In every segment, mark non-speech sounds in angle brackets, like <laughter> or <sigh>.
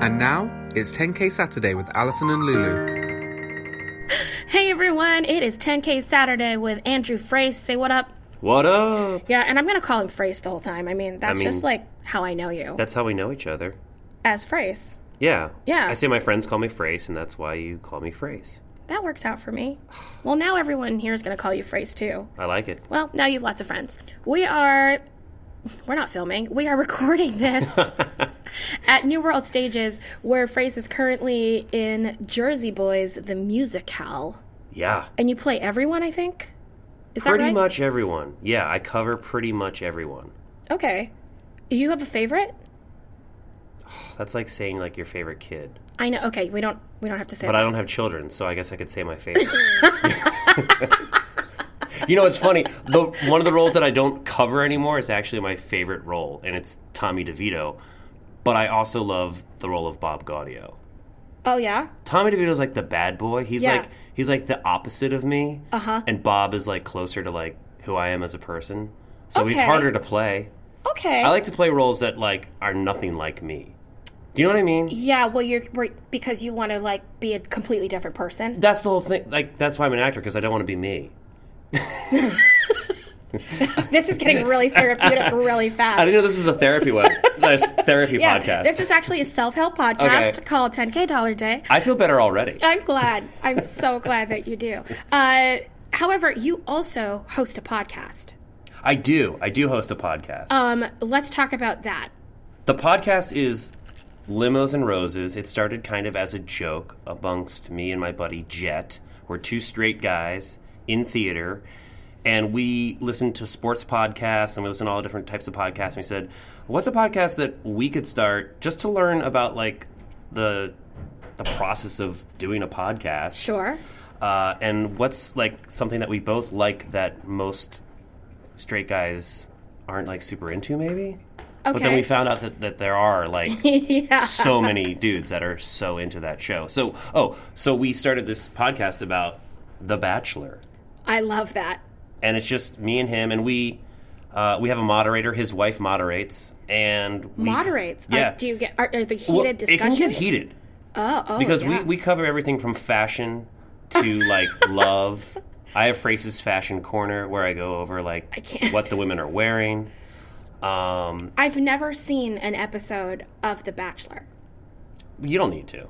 And now it's 10K Saturday with Allison and Lulu. Hey everyone, it is 10K Saturday with Andrew Frace. Say what up. What up? Yeah, and I'm gonna call him Frace the whole time. I mean, that's mean- just like how I know you That's how we know each other. as Frace. Yeah. Yeah. I say my friends call me Frace, and that's why you call me Frace. That works out for me. Well, now everyone here is gonna call you Frace too. I like it. <laughs> Well, now you have lots of friends. We are. We're not filming. We are <laughs> recording this <laughs> at New World Stages, where Frace is currently in Jersey Boys, the musical. Yeah. And you play everyone, I think? Is that Pretty right? much everyone. Yeah, I cover pretty much everyone. Okay. You have a favorite? That's like saying like your favorite kid. I know. Okay, we don't we don't have to say But I don't have children, so I guess I could say my favorite. <laughs> you know, it's funny. The, one of the roles that I don't cover anymore is actually my favorite role, and it's Tommy DeVito. But I also love the role of Bob Gaudio. Oh yeah. Tommy DeVito's like the bad boy. He's Yeah. like he's like the opposite of me. Uh huh. and Bob is like closer to like who I am as a person. So he's Okay. harder to play. Okay. I like to play roles that like are nothing like me. Do you know what I mean? yeah. Well, you're we're- because you want to like be a completely different <laughs> person. That's the whole thing. Like that's why I'm an actor because I don't want to be me. this is getting really therapeutic really fast. <laughs> I didn't know this was a <laughs> therapy one. this therapy yeah, podcast. this is actually a self-help podcast Okay. called 10K Dollar Day. I feel better already. I'm glad. I'm so glad that you do. Uh, however, you also host a podcast. I do. I do host a podcast. Um, let's talk about that. The podcast is Limos and Roses. It started kind of as a joke amongst me and my buddy Jet. We're two straight guys in theater, and we listen to sports podcasts and we listen to all different types of podcasts. And we said, "What's a podcast that we could start just to learn about like the the process of doing a podcast?" Sure. <laughs> Uh, and what's like something that we both like that most straight guys aren't like super into, maybe? But then Okay. we found out that, that there are like yeah. <laughs> so many dudes that are so into that show. So oh, so we started this podcast about The Bachelor, I love that. and it's just me and him, and we uh, we have a moderator. His wife moderates, and we, Moderates. Are- Yeah. do you get are, are the heated Well, it can discussions? get heated Oh, oh because yeah. we, we cover everything from fashion <laughs> to like love. I have Frace's fashion corner where I go over like I can't. what the women are wearing. Um, I've never seen an episode of The Bachelor. you don't need to.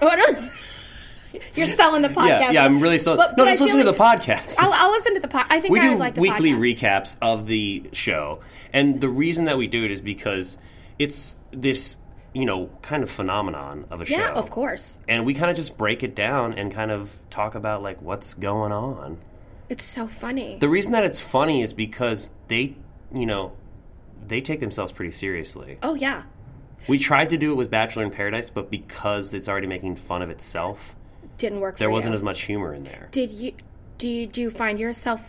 Oh, I don't- <laughs> You're selling the podcast. <laughs> Yeah, yeah, I'm really so. But- no, but I just feel listen to the podcast. I'll, I'll listen to the podcast. I think we I do would like the weekly podcast. recaps of the show, and the reason that we do it is because it's this you know kind of phenomenon of a show. yeah, of course. And we kind of just break it down and kind of talk about like what's going on. It's so funny. The reason that it's funny is because they, you know, they take themselves pretty seriously. oh yeah, We tried to do it with Bachelor in Paradise, but because it's already making fun of itself, didn't work. there for wasn't you. as much humor in there. Did you? Do you, do you find yourself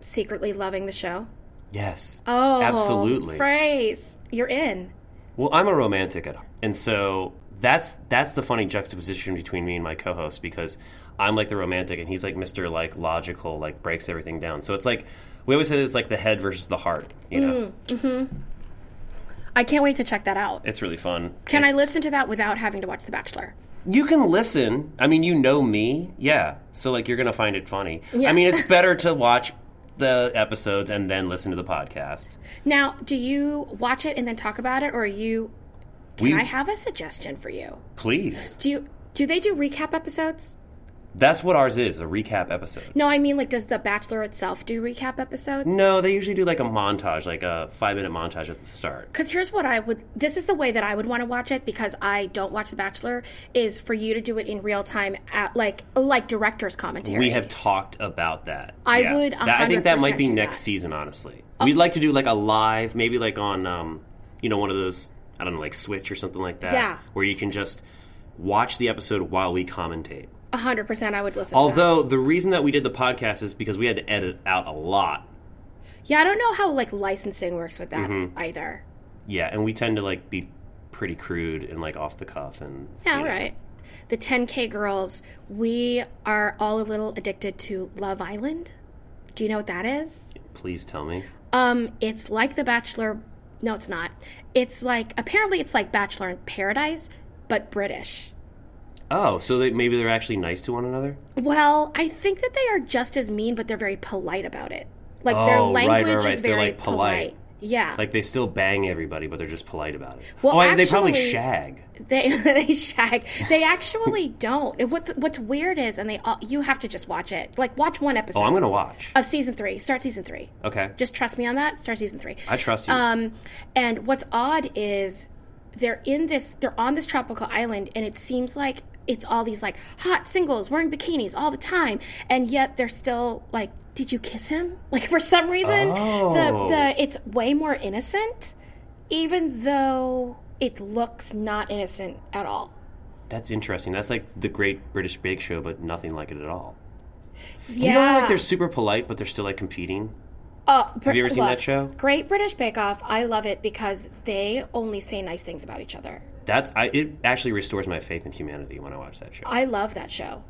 secretly loving the show? Yes. Oh, Absolutely. Phrase. You're in. Well, I'm a romantic at heart, and so that's that's the funny juxtaposition between me and my co-host because I'm like the romantic, and he's like Mr. like logical, like breaks everything down. So it's like we always say it's like the head versus the heart. You know, Mm. I can't wait to check that out. it's really fun. Can I It's- listen to that without having to watch The Bachelor? You can listen. I mean, you know me, yeah. So like, you're gonna find it funny. Yeah. <laughs> I mean, it's better to watch the episodes and then listen to the podcast. Now, do you watch it and then talk about it, or are you? Can We- I have a suggestion for you? Please, Do you do they do recap episodes? that's what ours is—a recap episode. No, I mean like does The Bachelor itself do recap episodes? No, they usually do like a montage, like a five-minute montage at the start. Cuz here's what I would this is the way that I would want to watch it because I don't watch The Bachelor is for you to do it in real time at like like director's commentary. We have talked about that. I would That- I think that might 100% be do next that. Oh. season, honestly. We'd like to do like a live, maybe like on, um, you know, one of those, I don't know, like Switch or something like that. Yeah. Where you can just watch the episode while we commentate. 100% I would listen to that. Although the reason that we did the podcast is because we had to edit out a lot. Yeah, I don't know how like licensing works with that Mm-hmm. either. Yeah, and we tend to like be pretty crude and like off the cuff and Yeah, you all know. right. The 10K girls, we are all a little addicted to Love Island. Do you know what that is? Please tell me. Um, it's like The Bachelor. No, it's not. It's like apparently it's like Bachelor in Paradise, but British. Oh, so they, maybe they're actually nice to one another? Well, I think that they are just as mean, but they're very polite about it. Like their Oh, right, right, language right. is They're, very like, polite. Yeah. Like they still bang everybody, but they're just polite about it. Well, oh, and they probably actually- shag. They <laughs> they shag. They actually don't. What what's weird is, and they all, you have to just watch it. Like watch one episode Oh, I'm gonna watch. of season three. Start season three. Okay, Just trust me on that. Start season three. I trust you. Um, and what's odd is they're in this. They're on this tropical island, and it seems like it's all these like hot singles wearing bikinis all the time, and yet they're still like, did you kiss him? <laughs> Like for some reason, Oh. the the it's way more innocent, even though it looks not innocent at all. That's interesting. That's like the Great British Bake Show, but nothing like it at all. Yeah. You know, how, like they're super polite, but they're still like competing. Uh, Have you ever seen look, that show? Great British Bake Off. I love it because they only say nice things about each other. That's I. It actually restores my faith in humanity when I watch that show. I love that show.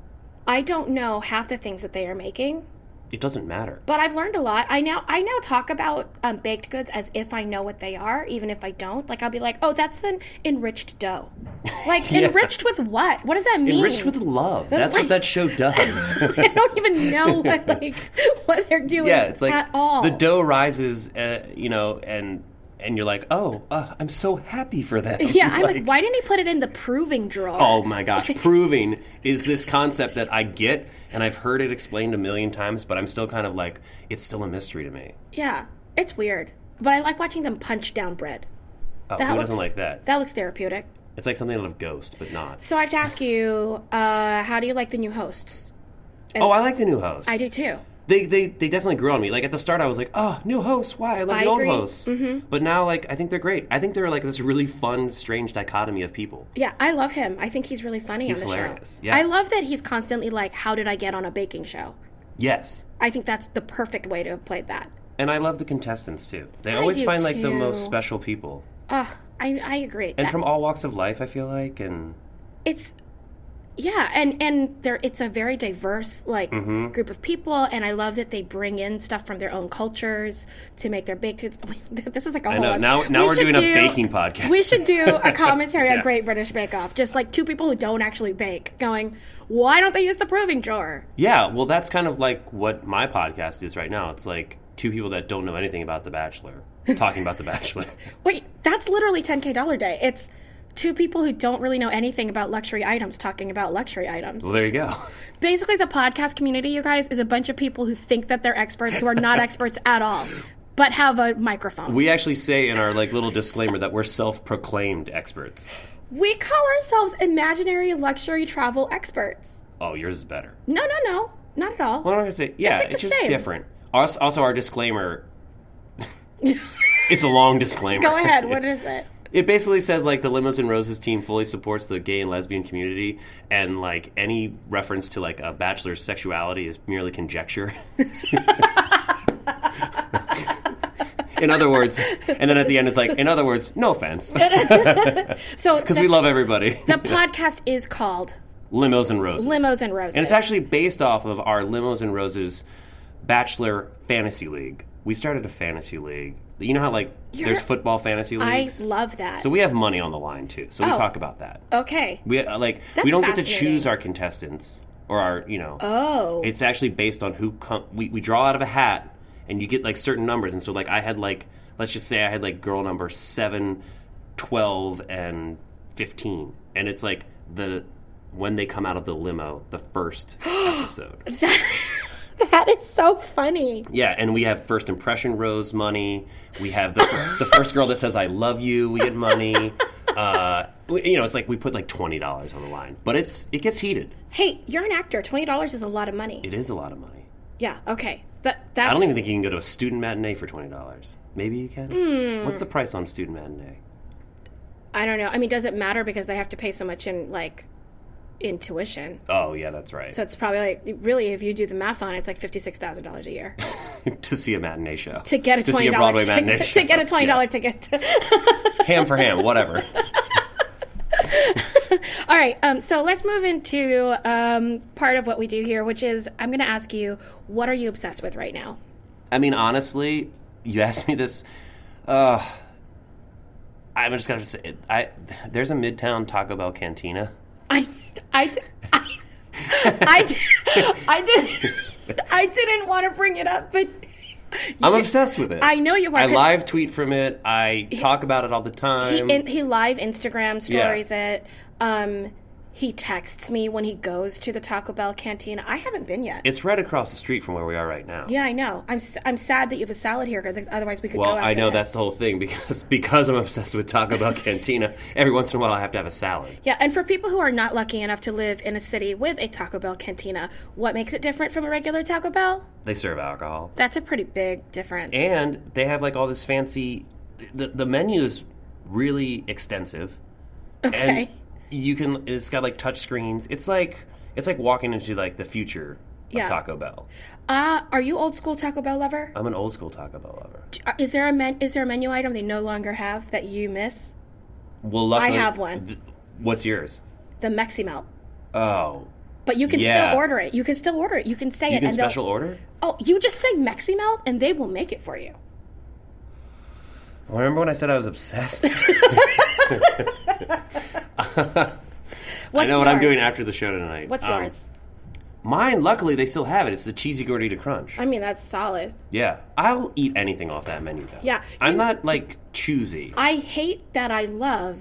I don't know half the things that they are making, It doesn't matter. but I've learned a lot. I now I now talk about um, baked goods as if I know what they are, even if I don't. Like I'll be like, "Oh, that's an enriched <laughs> dough." Like Yeah. enriched with what? What does that mean? <laughs> Enriched with love. That's what that show does. <laughs> I don't even know what like what they're doing. yeah, it's like at all. the dough rises, uh, you know, and and you're like, oh, uh, I'm so happy for <laughs> them. <laughs> Yeah, I'm like, why didn't he put it in the proving drawer? Oh <laughs> my gosh, proving is this concept that I get and I've heard it explained a million times, but I'm still kind of like, it's still a mystery to me. Yeah, it's weird, but I like watching them punch down bread. Oh, That who looks- doesn't like that? That looks therapeutic. It's like something out of Ghost, but not. So I have to ask you, uh, how do you like the new hosts? Oh, I like the new host. I do too. They, they, they definitely grew on me. Like at the start, I was like, oh, new host, why? I love I the old agree. hosts. Mm-hmm. But now, like, I think they're great. I think they're like this really fun, strange dichotomy of people. Yeah, I love him. I think he's really funny He's on the hilarious, show. yeah. I love that he's constantly like, "How did I get on a baking show?" Yes. I think that's the perfect way to have played that. And I love the contestants too. They I always do, find like the too. most special people. Ugh, I I agree. And That- from all walks of life, I feel like. And it's yeah, and and there it's a very diverse like Mm-hmm. group of people, and I love that they bring in stuff from their own cultures to make their baked goods. <laughs> This is like a I whole. know. Now, now we we're should doing do- a baking podcast. We should do <laughs> a commentary Yeah. on Great British Bake Off, just like two people who don't actually bake, going, "Why don't they use the proving drawer?" Yeah, well, that's kind of like what my podcast is right now. It's like two people that don't know anything about The Bachelor talking about The <laughs> Bachelor. Wait, that's literally 10K dollar day. It's two people who don't really know anything about luxury items talking about luxury items. Well, there you go. Basically, the podcast community, you guys, is a bunch of people who think that they're experts who are <laughs> not experts at all, but have a microphone. We, We actually say in our like little disclaimer that we're self-proclaimed experts. call ourselves imaginary luxury travel experts. Oh, yours is better. No, no, no, not at all. Well, I'm not gonna say. Yeah, It's like the it's just same. different. Also, also, <laughs> our disclaimer. it's a long disclaimer. Go ahead. What is it? It basically says like the Limos and Roses team fully supports the gay and lesbian community, and like any reference to like a bachelor's sexuality is merely <laughs> conjecture. in other words, and then at the end it's like, in other words, no <laughs> offense, because So, the, we love everybody. the podcast is called Limos and Roses. Limos and Roses. And it's actually based off of our Limos and Roses Bachelor Fantasy League. We started a fantasy league. You know how like You're- there's football fantasy I leagues. love that. so we have money on the line too. So we Oh. talk about that. okay. We uh, like That's we don't get to fascinating. choose our contestants or our you know. Oh. <laughs> It's actually based on who com- we we draw out of a hat, and you get like certain numbers. And so like I had like let's just say I had like girl number seven, 12, and fifteen, and it's like the when they come out of the limo the first episode. that is so funny. Yeah, and we have first impression rose money. We have the fir- the first girl that says I love you. We get money. Uh, we- you know, it's like we put like twenty dollars on the line, but it's it gets heated. Hey, you're an actor. Twenty dollars is a lot of money. It is a lot of money. yeah. Okay. That that's. I don't even think you can go to a student matinee for twenty dollars. Maybe you can. Hmm. What's the price on student matinee? I don't know. I mean, does it matter because they have to pay so much in like in tuition? Oh yeah, that's right. So it's probably like really, if you do the math on it, it's like fifty six thousand dollars a year <laughs> <laughs> to see a matinee show. to get a <laughs> to twenty see a dollar Broadway ticket. matinee <laughs> To get a show. twenty dollar Yeah. ticket. <laughs> ham for ham, whatever. All right. Um, so let's move into um, part of what we do here, which is I'm going to ask you, what are you obsessed with right now? I mean, honestly, you asked me this. Uh, I'm just gonna have to say, it- I there's a Midtown Taco Bell cantina. I, I, di- I, I, di- I did, I didn't want to bring it up, but I'm you- obsessed with it. I know you are. I 'cause live tweet from it. I talk about it all the He, time. in, he live Instagram Yeah. stories it. Um, he texts me when he goes to the Taco Bell canteen. I haven't been yet. it's right across the street from where we are right now. yeah, I know. I'm s- I'm sad that you have a salad here because otherwise we could Well, go. After I know this. that's the whole thing because <laughs> because I'm obsessed with <laughs> Taco Bell Cantina. Every once in a while, I have to have a salad. Yeah, and for people who are not lucky enough to live in a city with a Taco Bell cantina, what makes it different from a regular Taco Bell? They serve alcohol, That's a pretty big difference. and they have like all this fancy. The the menu is really extensive, okay. and you can. It's got like touch screens. It's like it's like walking into like the future Yeah. of Taco Bell. Uh, are you old school Taco Bell lover? I'm an old school Taco Bell lover. Uh, Is there a men- is there a menu item they no longer have that you miss? Well, luckily, have one. th- what's yours? The Mexi Melt. Oh, But you can Yeah. still order it. You can still order it. You can say you it can and they'll special order. Oh, you just say Mexi Melt and they will make it for you. Well, remember when I said I was obsessed? <laughs> What's I know what I'm yours? doing after the show tonight. What's Um, yours? Mine, luckily, they still have it. It's the cheesy gordita crunch. I mean, that's solid. yeah, I'll eat anything off that menu. Though. Yeah, I'm you- not like choosy. I, I hate that I love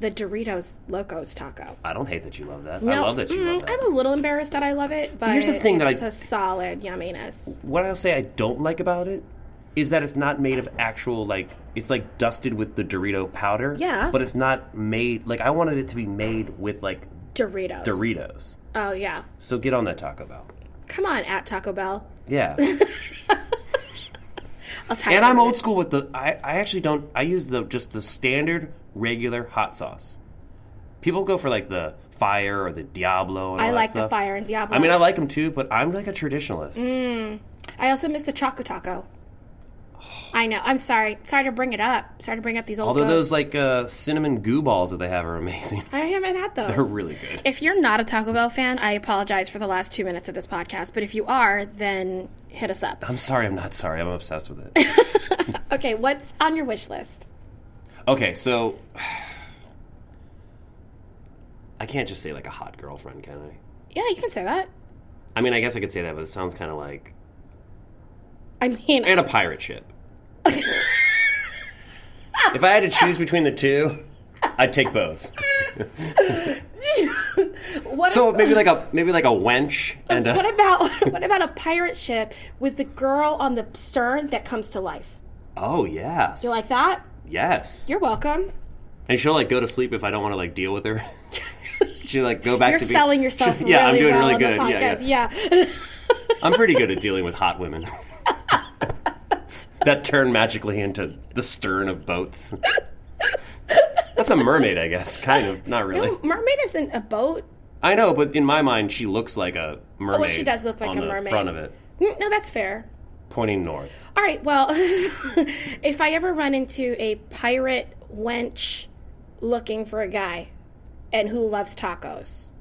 the Doritos Locos taco. don't hate that you love that. I No, love that you mm, love that. I'm a little embarrassed that I love it, but Here's the thing that it's I- a solid yumminess. What I'll say I don't like about it is that it's not made of actual like it's like dusted with the Dorito powder. Yeah. but it's not made like I wanted it to be made with like Doritos. Doritos. Oh yeah. So get on that Taco Bell. Come on, at Taco Bell. Yeah, <laughs> I'll tell and I'm old school with the. I, I actually don't. I use the just the standard regular hot sauce. People go for like the fire or the Diablo. And all I that like the stuff. fire Mm, and Diablo. I mean, I like them too, but I'm like a traditionalist. I also miss the Choco Taco. <sighs> I know. I'm sorry. Sorry to bring it up. Sorry to bring up these old. Although goats. those like uh, cinnamon goo balls that they have are <laughs> amazing. I haven't had those. They're really good. If you're not a Taco Bell fan, I apologize for the last two minutes of this podcast. But if you are, then hit us up. I'm sorry, I'm not sorry. I'm obsessed with <laughs> it. Okay, what's on your wish list? okay, so <sighs> I can't just say like a hot girlfriend, can I? Yeah, you can say that. I mean, I guess I could say that, but it sounds kind of like I mean, and a pirate ship. if I had to choose between the two, I'd take both. <laughs> what? So ab- <laughs> maybe like a maybe like a wench and what a, <laughs> about what about a pirate ship with the girl on the stern that comes to life? oh yes, You like that? yes. You're welcome. And she'll like go to sleep if I don't want to like deal <laughs> with her. she like go back You're to be- <laughs> selling yourself. Yeah, I'm really doing well really on the good. Yeah, podcast. yeah. yeah. I'm pretty good at dealing with hot women. that turn magically into the stern of boats. That's a mermaid, I guess. Kind of, not really. No, <laughs> mermaid isn't a boat. I know, but in my mind, she looks like a mermaid. Oh, she does look like on a the mermaid. Front of it, Mm, No, that's fair. pointing north. All right. Well, <laughs> if I ever run into a pirate wench looking for a guy and who loves tacos,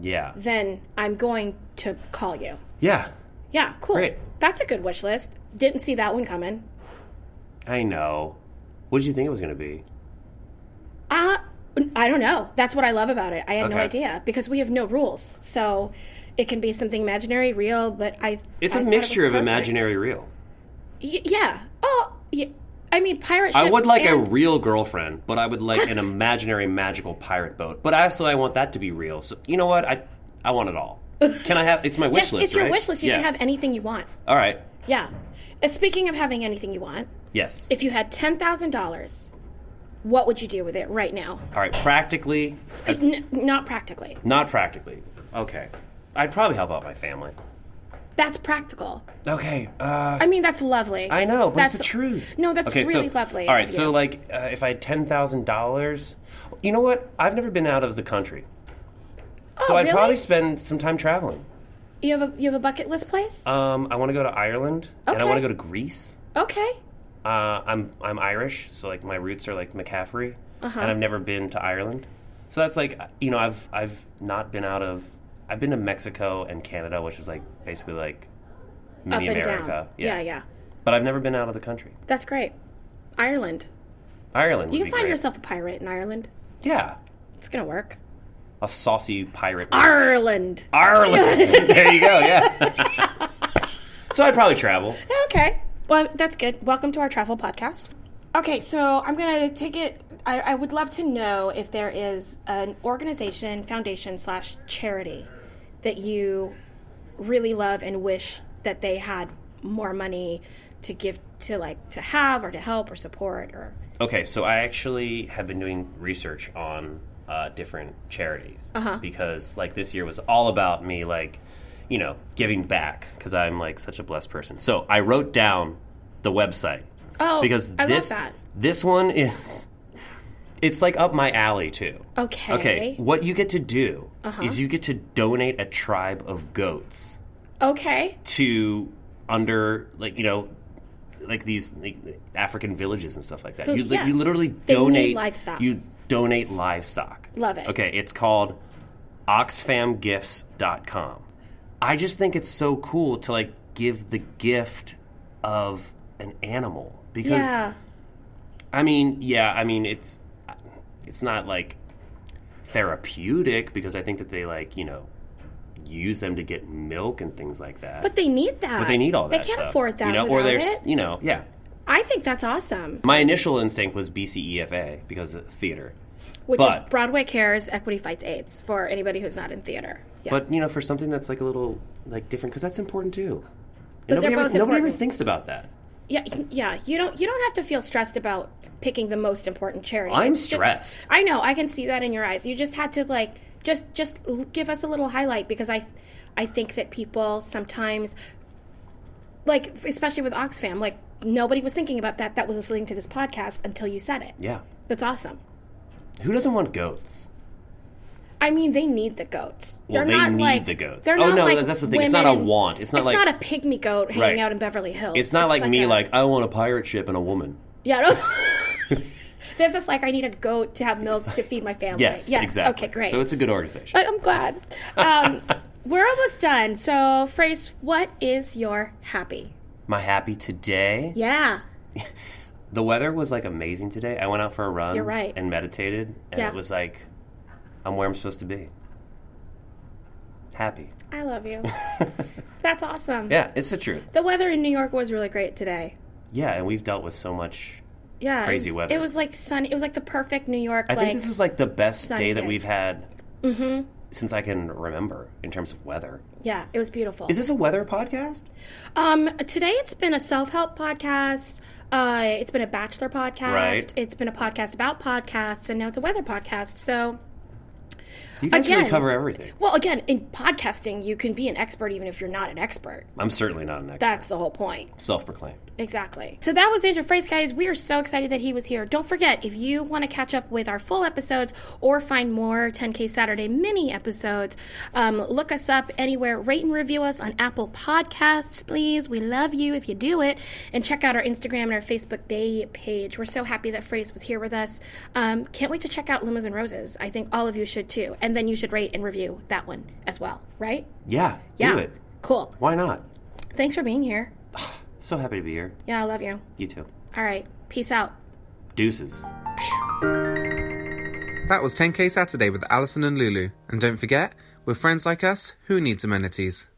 Yeah, then I'm going to call you. yeah. Yeah, cool. Great. That's a good wish list. Didn't see that one coming. I know. What did you think it was gonna be? Uh, I don't know. That's what I love about it. I had no Okay. idea because we have no rules. So it can be something imaginary, real, but I. It's a a mixture of imaginary real. Y- yeah. Oh, yeah. I mean, pirate ships. I would like a and- real girlfriend, but I would like <laughs> an imaginary magical pirate boat. But also, I want that to be real. So you know what? I I want it all. Can I have? It's my <laughs> wish Yes, list. it's your right? wish list. You yeah. can have anything you want. All right. Yeah. Uh, Speaking of having anything you want, Yes. if you had ten thousand dollars, what would you do with it right now? Uh, all right. Practically, N- not practically. not practically. Okay. I'd probably help out my family. That's practical. Okay. Uh, I mean, that's lovely. I know, but that's it's the truth. No, that's okay, really so, lovely. All of right, so you. like, uh, if I had ten thousand dollars, you know what? I've never been out of the country, oh, so I'd really? probably spend some time traveling. you have a you have a bucket list place. Um, I want to go to Ireland, and I Okay. want to go to Greece. okay. Uh, I'm I'm Irish, so like my roots are like McCaffrey, Uh-huh. and I've never been to Ireland, so that's like you know I've I've not been out of I've been to Mexico and Canada, which is like basically like Up mini and America. down. yeah, yeah. But I've never been out of the country. That's great. Ireland. Ireland. You would can be find great. yourself a pirate in Ireland. Yeah, It's gonna work. a saucy pirate. Ireland. <laughs> Ireland. there you go. Yeah. <laughs> so I'd probably travel. Okay. Well, that's good. Welcome to our travel podcast. Okay, so I'm going to take it. I, I would love to know if there is an organization, foundation, slash charity that you really love and wish that they had more money to give to, like, to have or to help or support or. Okay, so I actually have been doing research on uh, different charities Uh-huh. because, like, this year was all about me, like, you know, giving back because I'm like such a blessed person. So I wrote down the website Oh, because I this love that. this one is it's like up my alley too. Okay. Okay, Okay. what you get to do Uh-huh. is you get to donate a tribe of goats Okay. to under like you know like these like, African villages and stuff like that. Who- You, li- yeah. you literally They need donate livestock. You donate livestock. Love it. Okay, it's called oxfamgifts.com. I just think it's so cool to like give the gift of an animal because Yeah. I mean, yeah, I mean it's it's not like therapeutic because I think that they like, you know, use them to get milk and things like that. But they need that. But they need all that. They can't stuff, afford that you know. without Or they there's, you know, yeah. I think that's awesome. My initial instinct was BCEFA because of theater, Which is But- Broadway Cares, Equity Fights AIDS for anybody who's not in theater. Yeah. but you know, for something that's like a little like different because that's important too. And But they're nobody ever, both nobody ever important. thinks about that. Yeah, yeah. You don't you don't have to feel stressed about picking the most important charity. I'm It's just- stressed. I know. I can see that in your eyes. You just had to like just just l- give us a little highlight because I I think that people sometimes like especially with Oxfam like nobody was thinking about that that was listening to this podcast until you said it. Yeah, That's awesome. who doesn't want goats? I mean, they need the goats. Well, they're they not need like, the goats. They're Oh, not no, like that's the thing. It's not women a and- want. It's not it's like- not a pygmy goat hanging Right. out in Beverly Hills. It's not like, me, a- like I want a pirate ship and a woman. Yeah. No. <laughs> <laughs> They're just like, I need a goat to have milk to feed my family. Yes, exactly. Okay, great. So it's a good organization. I, I'm glad. <laughs> Um, we're almost done. So, Frace, what is your happy? My happy today. Yeah. The weather was like amazing today. I went out for a run. You're right. And meditated, and Yeah. it was like, I'm where I'm supposed to be. Happy. <laughs> I love you. That's awesome. Yeah, it's the truth. The weather in New York was really great today. Yeah, and we've dealt with so much. Yeah. it Crazy was- weather. It was like sunny. It was like the perfect New York. I like, think this is like the best sunny day that day. we've had hmm since I can remember in terms of weather. Yeah, it was beautiful. Is this a weather podcast? Um, today it's been a self help podcast. Uh, it's been a bachelor podcast. Right. It's been a podcast about podcasts, and now it's a weather podcast. So, You guys Again. really cover everything. well, again, in podcasting, you can be an expert even if you're not an expert. I'm certainly not an expert. That's the whole point. Self-proclaimed. Exactly. So that was Andrew Frace, guys. We are so excited that he was here. Don't forget, if you want to catch up with our full episodes or find more 10K Saturday mini episodes, um, look us up anywhere. Rate and review us on Apple Podcasts, please. We love you if you do it. And check out our Instagram and our Facebook Day page. We're so happy that Frace was here with us. Um, can't wait to check out Lemons and Roses. I think all of you should too. And then you should rate and review that one as well, right? Yeah, Yeah. do it. Cool. Why not? Thanks for being here. So happy to be here. Yeah, I love you. You too. All right. Peace out. Deuces. That was 10K Saturday with Allison and Lulu. And don't forget, with friends like us, who needs amenities?